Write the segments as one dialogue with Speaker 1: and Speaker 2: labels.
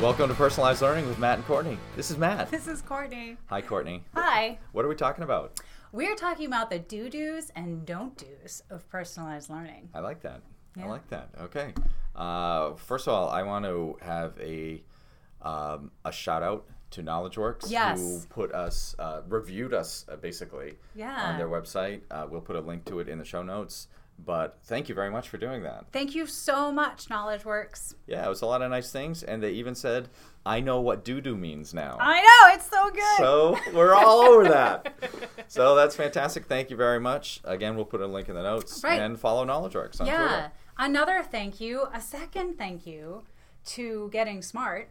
Speaker 1: Welcome to Personalized Learning with Matt and Courtney. This is Matt.
Speaker 2: This is Courtney.
Speaker 1: Hi, Courtney.
Speaker 2: Hi.
Speaker 1: What are we talking about?
Speaker 2: We're talking about the do do's and don't do's of personalized learning.
Speaker 1: I like that. I
Speaker 2: Yeah.
Speaker 1: like that. Okay. Uh, first of all, I want to have a um, a shout out to KnowledgeWorks who
Speaker 2: Yes.
Speaker 1: put us uh, reviewed us uh, basically on
Speaker 2: Yeah.
Speaker 1: their website. Uh, we'll put a link to it in the show notes. But thank you very much for doing that.
Speaker 2: Thank you so much, Knowledge Works.
Speaker 1: Yeah, it was a lot of nice things, and they even said, "I know what doo doo means now."
Speaker 2: I know, it's so good.
Speaker 1: so we're all over that. So that's fantastic. Thank you very much. Again, we'll put a link in the notes
Speaker 2: Right.
Speaker 1: and follow KnowledgeWorks on
Speaker 2: yeah.
Speaker 1: Twitter.
Speaker 2: Another thank you, a second thank you to Getting Smart.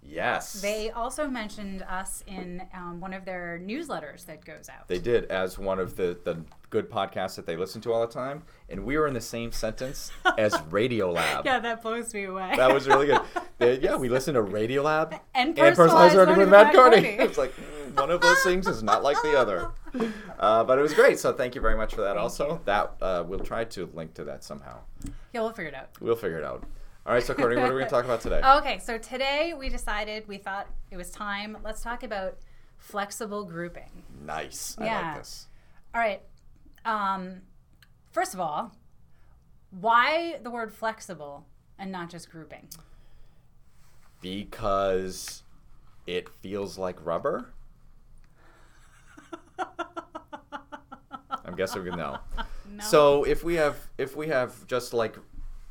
Speaker 1: Yes,
Speaker 2: They also mentioned us in um, one of their newsletters that goes out.
Speaker 1: They did as one of the the good podcasts that they listen to all the time, and we were in the same sentence as Radiolab.
Speaker 2: yeah, that blows me away.
Speaker 1: That was really good. They- yeah, we listened to Radiolab
Speaker 2: and
Speaker 1: and
Speaker 2: personalized learning
Speaker 1: with Matt Carney.
Speaker 2: Carney.
Speaker 1: It's like mm, one of those things is not like the other. Uh, but it was great, so thank you very much for that. also, that uh, we'll try to link to that somehow.
Speaker 2: yeah, we'll figure it out.
Speaker 1: We'll figure it out. All right, so Courtney, what are we going to talk about today?
Speaker 2: Okay, so today we decided we thought it was time. Let's talk about flexible grouping.
Speaker 1: Nice. I
Speaker 2: Yeah.
Speaker 1: like this.
Speaker 2: All right. Um, first of all, why the word flexible and not just grouping?
Speaker 1: Because it feels like rubber. I'm guessing we know.
Speaker 2: No.
Speaker 1: So if we have if we have just like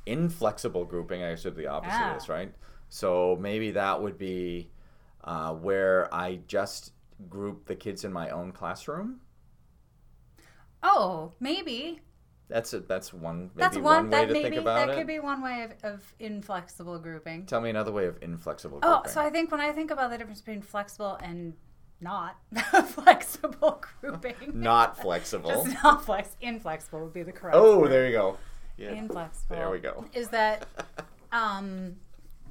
Speaker 1: inflexible grouping, I guess would be the opposite
Speaker 2: Yeah.
Speaker 1: of this, right? So maybe that would be uh, where I just group the kids in my own classroom.
Speaker 2: oh, maybe
Speaker 1: That's a, that's one maybe
Speaker 2: that's
Speaker 1: one,
Speaker 2: one.
Speaker 1: way
Speaker 2: That
Speaker 1: to
Speaker 2: maybe
Speaker 1: think about
Speaker 2: that
Speaker 1: it.
Speaker 2: could be one way of, of inflexible grouping.
Speaker 1: Tell me another way of inflexible grouping.
Speaker 2: Oh, so I think when I think about the difference between flexible and not flexible grouping,
Speaker 1: not flexible.
Speaker 2: just not flex, inflexible would be the correct.
Speaker 1: Oh,
Speaker 2: word.
Speaker 1: there you go. Yeah.
Speaker 2: inflexible.
Speaker 1: There we go.
Speaker 2: Is that um,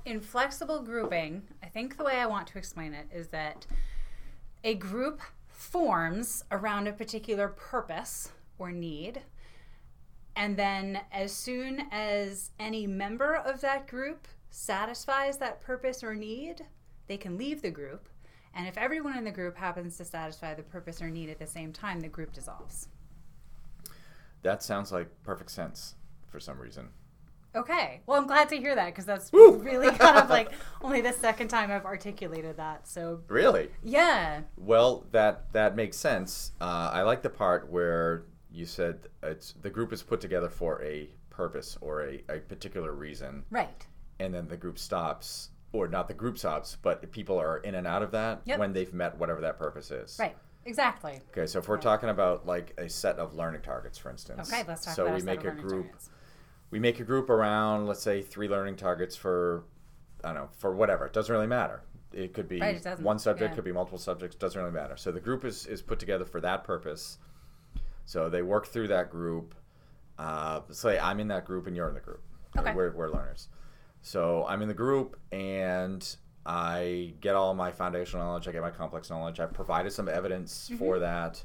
Speaker 2: inflexible grouping? I think the way I want to explain it is that a group forms around a particular purpose or need. And then, as soon as any member of that group satisfies that purpose or need, they can leave the group. And if everyone in the group happens to satisfy the purpose or need at the same time, the group dissolves.
Speaker 1: That sounds like perfect sense for some reason.
Speaker 2: Okay. Well, I'm glad to hear that because that's
Speaker 1: Woo!
Speaker 2: really kind of like only the second time I've articulated that. So,
Speaker 1: Really?
Speaker 2: yeah.
Speaker 1: Well, that that makes sense. Uh, I like the part where you said it's the group is put together for a purpose or a, a particular reason,
Speaker 2: Right.
Speaker 1: and then the group stops, or not the group stops, but people are in and out of that
Speaker 2: Yep.
Speaker 1: when they've met whatever that purpose is.
Speaker 2: Right. Exactly.
Speaker 1: Okay, so if we're talking about like a set of learning targets, for instance.
Speaker 2: Okay. Let's talk
Speaker 1: so
Speaker 2: about
Speaker 1: we
Speaker 2: our set
Speaker 1: make
Speaker 2: of
Speaker 1: a
Speaker 2: learning
Speaker 1: group.
Speaker 2: targets.
Speaker 1: we make a group around let's say three learning targets for i don't know for whatever it doesn't really matter it could be
Speaker 2: Right, it doesn't,
Speaker 1: one subject
Speaker 2: yeah.
Speaker 1: could be multiple subjects doesn't really matter so the group is, is put together for that purpose so they work through that group uh, say i'm in that group and you're in the group
Speaker 2: Okay.
Speaker 1: we're, we're learners so i'm in the group and i get all my foundational knowledge i get my complex knowledge i've provided some evidence
Speaker 2: Mm-hmm.
Speaker 1: for that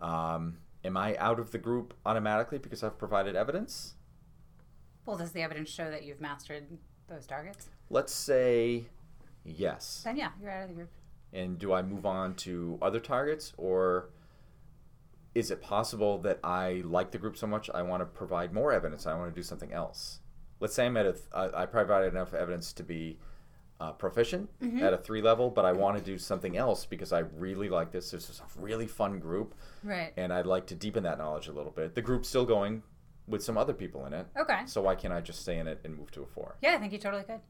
Speaker 1: um, am i out of the group automatically because i've provided evidence
Speaker 2: Well, does the evidence show that you've mastered those targets?
Speaker 1: Let's say yes.
Speaker 2: Then, yeah, you're out of the group.
Speaker 1: And do I move on to other targets or is it possible that I like the group so much I want to provide more evidence? I want to do something else. Let's say I'm at a th- I, I provided enough evidence to be uh, proficient
Speaker 2: Mm-hmm.
Speaker 1: at a three level, but I want to do something else because I really like this. This is a really fun group,
Speaker 2: Right.
Speaker 1: and I'd like to deepen that knowledge a little bit. The group's still going with some other people in it,
Speaker 2: Okay.
Speaker 1: so why can't I just stay in it and move to a four?
Speaker 2: Yeah, I think you totally could.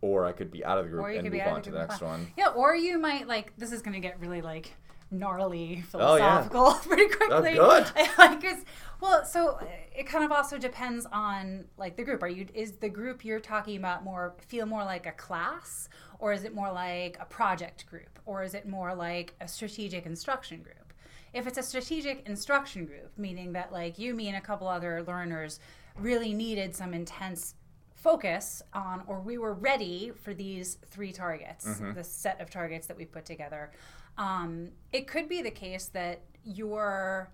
Speaker 1: Or I could be out of the group
Speaker 2: Or you
Speaker 1: and
Speaker 2: could
Speaker 1: move
Speaker 2: be out
Speaker 1: on
Speaker 2: of
Speaker 1: to
Speaker 2: the
Speaker 1: the
Speaker 2: group.
Speaker 1: next one.
Speaker 2: Yeah, or you might like this is going to get really like gnarly
Speaker 1: Oh, yeah.
Speaker 2: philosophical pretty quickly.
Speaker 1: good.
Speaker 2: I like it's- well, so uh, it kind of also depends on like the group. Are you is the group you're talking about more feel more like a class, or is it more like a project group, or is it more like a strategic instruction group? If it's a strategic instruction group, meaning that like you, me, and a couple other learners really needed some intense focus on or we were ready for these three targets the set of targets that we put together um, it could be the case that your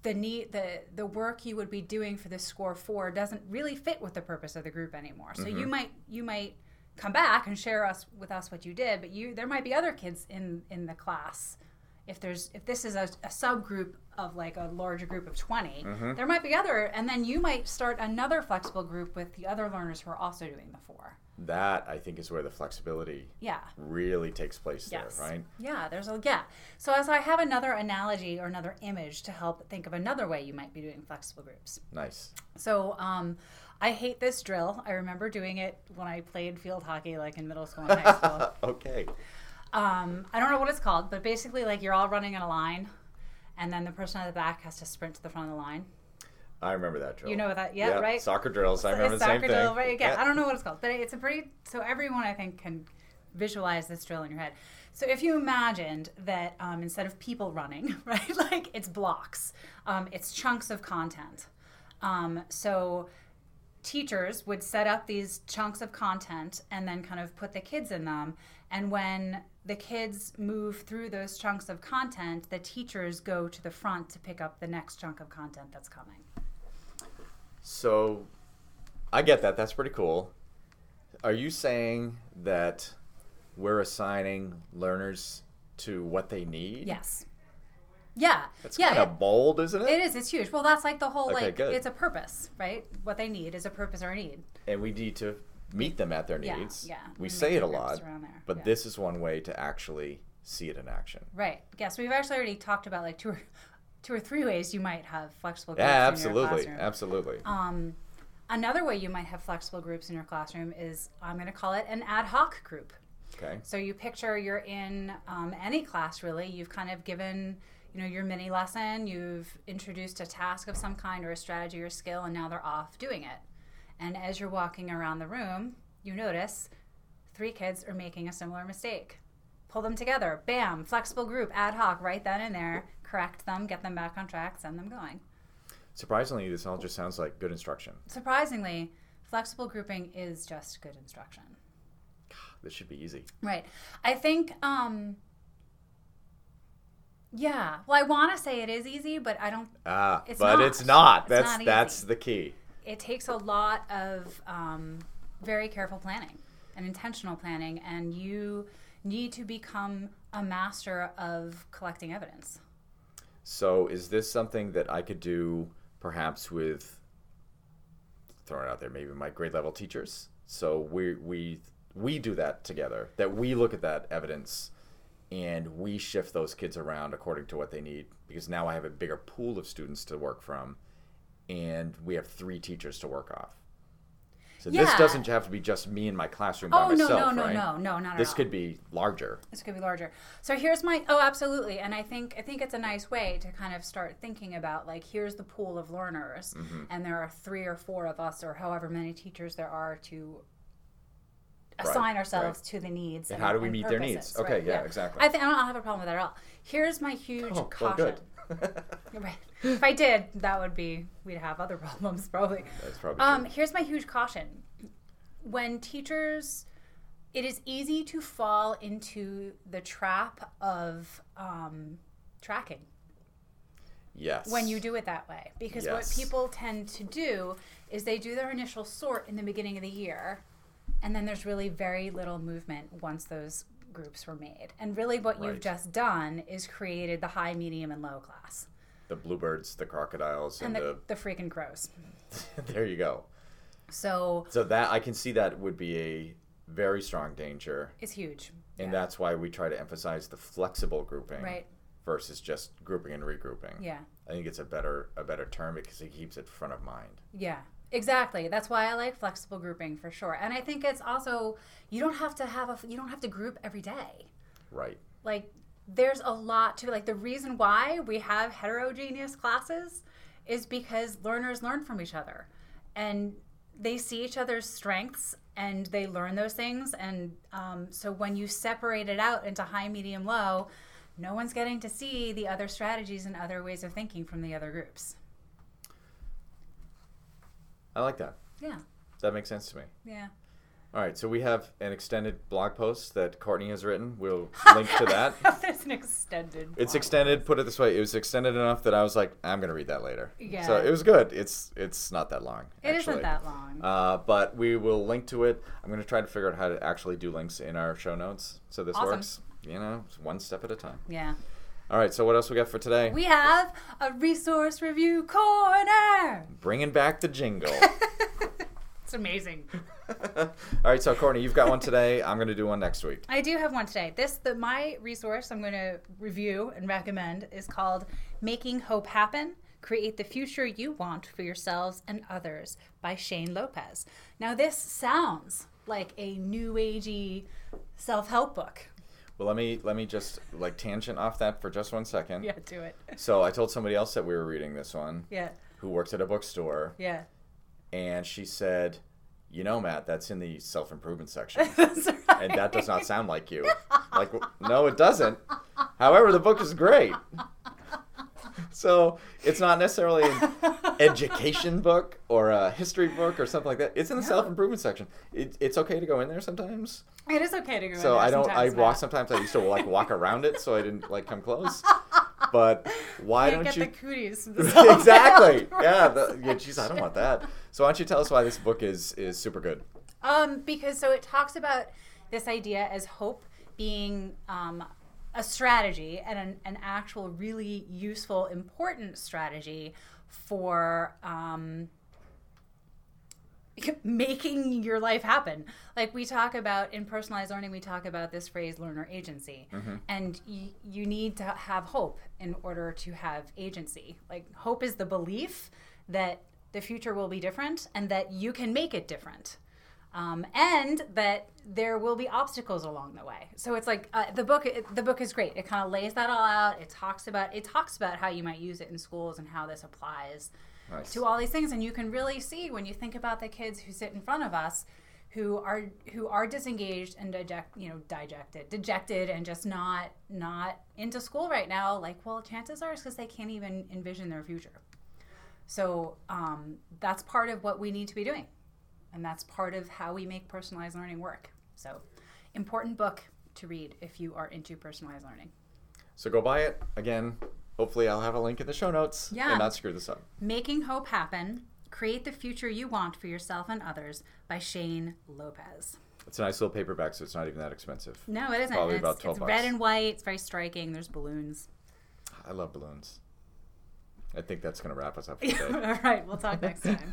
Speaker 2: the need the the work you would be doing for this score four doesn't really fit with the purpose of the group anymore so you might you might come back and share us with us what you did but you there might be other kids in in the class if there's if this is a, a subgroup of like a larger group of 20 there might be other and then you might start another flexible group with the other learners who are also doing the four
Speaker 1: That I think is where the flexibility
Speaker 2: yeah
Speaker 1: really takes place there, right?
Speaker 2: yeah, there's a yeah. So as I have another analogy or another image to help think of another way you might be doing flexible groups.
Speaker 1: Nice.
Speaker 2: So um, I hate this drill. I remember doing it when I played field hockey, like in middle school and high school.
Speaker 1: okay.
Speaker 2: Um, I don't know what it's called, but basically, like you're all running in a line, and then the person at the back has to sprint to the front of the line.
Speaker 1: I remember that drill.
Speaker 2: You know that, yeah, right?
Speaker 1: Soccer drills. I remember
Speaker 2: It's
Speaker 1: the same
Speaker 2: soccer
Speaker 1: thing.
Speaker 2: drill, right? Again,
Speaker 1: Yeah.
Speaker 2: I don't know what it's called, but it's a pretty. So everyone, I think, can visualize this drill in your head. So if you imagined that um, instead of people running, right, like it's blocks, um, it's chunks of content. Um, so teachers would set up these chunks of content and then kind of put the kids in them. And when the kids move through those chunks of content, the teachers go to the front to pick up the next chunk of content that's coming.
Speaker 1: So I get that. That's pretty cool. Are you saying that we're assigning learners to what they need?
Speaker 2: Yes. Yeah.
Speaker 1: That's
Speaker 2: yeah.
Speaker 1: kind of bold, isn't it?
Speaker 2: it- it is. It's huge. Well, that's like the whole
Speaker 1: Okay,
Speaker 2: like
Speaker 1: good.
Speaker 2: it's a purpose, right? What they need is a purpose or a need.
Speaker 1: And we need to meet them at their
Speaker 2: Yeah,
Speaker 1: needs.
Speaker 2: yeah.
Speaker 1: We
Speaker 2: We
Speaker 1: say
Speaker 2: make
Speaker 1: it a
Speaker 2: groups
Speaker 1: lot,
Speaker 2: around there,
Speaker 1: but
Speaker 2: yeah.
Speaker 1: this is one way to actually see it in action.
Speaker 2: Right. Yes. We've actually already talked about like two or two or three ways you might have flexible groups
Speaker 1: Yeah,
Speaker 2: in your
Speaker 1: absolutely.
Speaker 2: classroom.
Speaker 1: Absolutely.
Speaker 2: Um, another way you might have flexible groups in your classroom is I'm going to call it an ad hoc group.
Speaker 1: okay.
Speaker 2: So you picture you're in um, any class really. You've kind of given you know your mini lesson. You've introduced a task of some kind or a strategy or skill, and now they're off doing it. And as you're walking around the room, you notice three kids are making a similar mistake. Pull them together. Bam! Flexible group, ad hoc, right then and there. Correct them, get them back on track, send them going.
Speaker 1: Surprisingly, this all just sounds like good instruction.
Speaker 2: Surprisingly, flexible grouping is just good instruction.
Speaker 1: This should be easy.
Speaker 2: Right. I think um yeah. Well, I want to say it is easy, but I don't
Speaker 1: Ah,
Speaker 2: It's
Speaker 1: but
Speaker 2: not.
Speaker 1: it's not.
Speaker 2: It's
Speaker 1: That's
Speaker 2: not easy.
Speaker 1: that's the key.
Speaker 2: it takes a lot of um very careful planning and intentional planning and you need to become a master of collecting evidence.
Speaker 1: So, is this something that I could do perhaps with throwing it out there maybe my grade level teachers? So we we we do that together. That we look at that evidence and we shift those kids around according to what they need because now I have a bigger pool of students to work from and we have three teachers to work off. So this
Speaker 2: Yeah.
Speaker 1: doesn't have to be just me in my classroom by
Speaker 2: Oh no,
Speaker 1: myself,
Speaker 2: no, no,
Speaker 1: right?
Speaker 2: no, no, not at
Speaker 1: This
Speaker 2: all.
Speaker 1: could be larger.
Speaker 2: this could be larger so here's my oh absolutely and i think i think it's a nice way to kind of start thinking about like here's the pool of learners
Speaker 1: Mm-hmm.
Speaker 2: and there are three or four of us or however many teachers there are to assign
Speaker 1: right.
Speaker 2: ourselves to the needs
Speaker 1: And how do we meet their
Speaker 2: purposes,
Speaker 1: needs? Okay,
Speaker 2: right?
Speaker 1: yeah, exactly.
Speaker 2: i think i don't have a problem with that at all here's my huge
Speaker 1: Oh, well,
Speaker 2: caution
Speaker 1: good.
Speaker 2: right if i did that would be we'd have other problems probably
Speaker 1: That's probably
Speaker 2: um, here's my huge caution. When teachers, it is easy to fall into the trap of um, tracking
Speaker 1: Yes.
Speaker 2: when you do it that way. Because
Speaker 1: Yes.
Speaker 2: what people tend to do is they do their initial sort in the beginning of the year, and then there's really very little movement once those groups were made. And really, what
Speaker 1: Right.
Speaker 2: you've just done is created the high, medium, and low class.
Speaker 1: the bluebirds, the crocodiles,
Speaker 2: And
Speaker 1: and,
Speaker 2: the, the freaking crows.
Speaker 1: the there you go.
Speaker 2: So
Speaker 1: So that I can see that would be a very strong danger,
Speaker 2: it's huge.
Speaker 1: and
Speaker 2: Yeah.
Speaker 1: that's why we try to emphasize the flexible grouping
Speaker 2: Right.
Speaker 1: versus just grouping and regrouping.
Speaker 2: Yeah.
Speaker 1: I think it's a better a better term because it keeps it front of mind.
Speaker 2: Yeah, exactly. That's why I like flexible grouping for sure. And I think it's also you don't have to have a you don't have to group every day.
Speaker 1: Right.
Speaker 2: Like there's a lot to like the reason why we have heterogeneous classes is because learners learn from each other and they see each other's strengths and they learn those things and um, so when you separate it out into high medium low no one's getting to see the other strategies and other ways of thinking from the other groups
Speaker 1: I like that.
Speaker 2: yeah
Speaker 1: That makes sense to me.
Speaker 2: yeah
Speaker 1: All right, so we have an extended blog post that Courtney has written. We'll link to that.
Speaker 2: there's an extended
Speaker 1: It's
Speaker 2: blog.
Speaker 1: extended. Put it this way, it was extended enough that I was like, I'm gonna read that later.
Speaker 2: Yeah.
Speaker 1: So it was good. It's it's not that long.
Speaker 2: It
Speaker 1: actually.
Speaker 2: not that long
Speaker 1: Uh, but we will link to it. I'm gonna try to figure out how to actually do links in our show notes, so this
Speaker 2: Awesome.
Speaker 1: works. You know, it's one step at a time.
Speaker 2: yeah
Speaker 1: All right. So what else we got for today?
Speaker 2: we have a resource review corner
Speaker 1: Bringing back the jingle.
Speaker 2: it's amazing
Speaker 1: All right. So Courtney, you've got one today. I'm gonna do one next week.
Speaker 2: I do have one today. This the my resource I'm going to review and recommend is called Making Hope Happen: Create the Future You Want for Yourselves and Others by Shane Lopez. Now this sounds like a new agey self-help book.
Speaker 1: Well, let me let me just like tangent off that for just one second.
Speaker 2: Yeah, do it.
Speaker 1: So I told somebody else that we were reading this one,
Speaker 2: Yeah.
Speaker 1: who works at a bookstore,
Speaker 2: Yeah.
Speaker 1: and she said, "You know, Matt, that's in the self improvement section."
Speaker 2: That's right.
Speaker 1: and that does not sound like you. Like, w- no, it doesn't. However, the book is great. So it's not necessarily an education book or a history book or something like that. It's in the self improvement section. It, it's okay to go in there sometimes.
Speaker 2: It is okay to go. in
Speaker 1: So
Speaker 2: there
Speaker 1: I don't. I
Speaker 2: sometimes,
Speaker 1: walk.
Speaker 2: Matt.
Speaker 1: Sometimes I used to like walk around it, so I didn't like come close. But why
Speaker 2: You
Speaker 1: don't
Speaker 2: get
Speaker 1: you?
Speaker 2: the cooties. from the self-help
Speaker 1: exactly. Yeah. The,
Speaker 2: section.
Speaker 1: yeah. Geez, I don't want that. So why don't you tell us why this book is is super good?
Speaker 2: Um, because so it talks about this idea as hope being um, a strategy and an, an actual really useful, important strategy for um, making your life happen. Like we talk about in personalized learning, we talk about this phrase learner agency. And y- you need to have hope in order to have agency. Like hope is the belief that the future will be different and that you can make it different. Um, and that there will be obstacles along the way. So it's like uh, the book. It, the book is great. It kind of lays that all out. It talks about it talks about how you might use it in schools and how this applies
Speaker 1: Nice.
Speaker 2: to all these things and you can really see when you think about the kids who sit in front of us who are who are disengaged and deject, you know dejected dejected and just not not into school right now like well chances are it's because they can't even envision their future so um, that's part of what we need to be doing and that's part of how we make personalized learning work so important book to read if you are into personalized learning
Speaker 1: So go buy it again. Hopefully, I'll have a link in the show notes
Speaker 2: Yeah.
Speaker 1: and not screw this up.
Speaker 2: Making Hope Happen Create the Future You Want for Yourself and Others by Shane Lopez.
Speaker 1: It's a nice little paperback, so it's not even that expensive.
Speaker 2: No, it isn't.
Speaker 1: Probably
Speaker 2: it's
Speaker 1: about 12
Speaker 2: it's
Speaker 1: bucks.
Speaker 2: red and white. It's very striking. There's balloons.
Speaker 1: I love balloons. I think that's going to wrap us up for
Speaker 2: All
Speaker 1: today.
Speaker 2: right, we'll talk next time.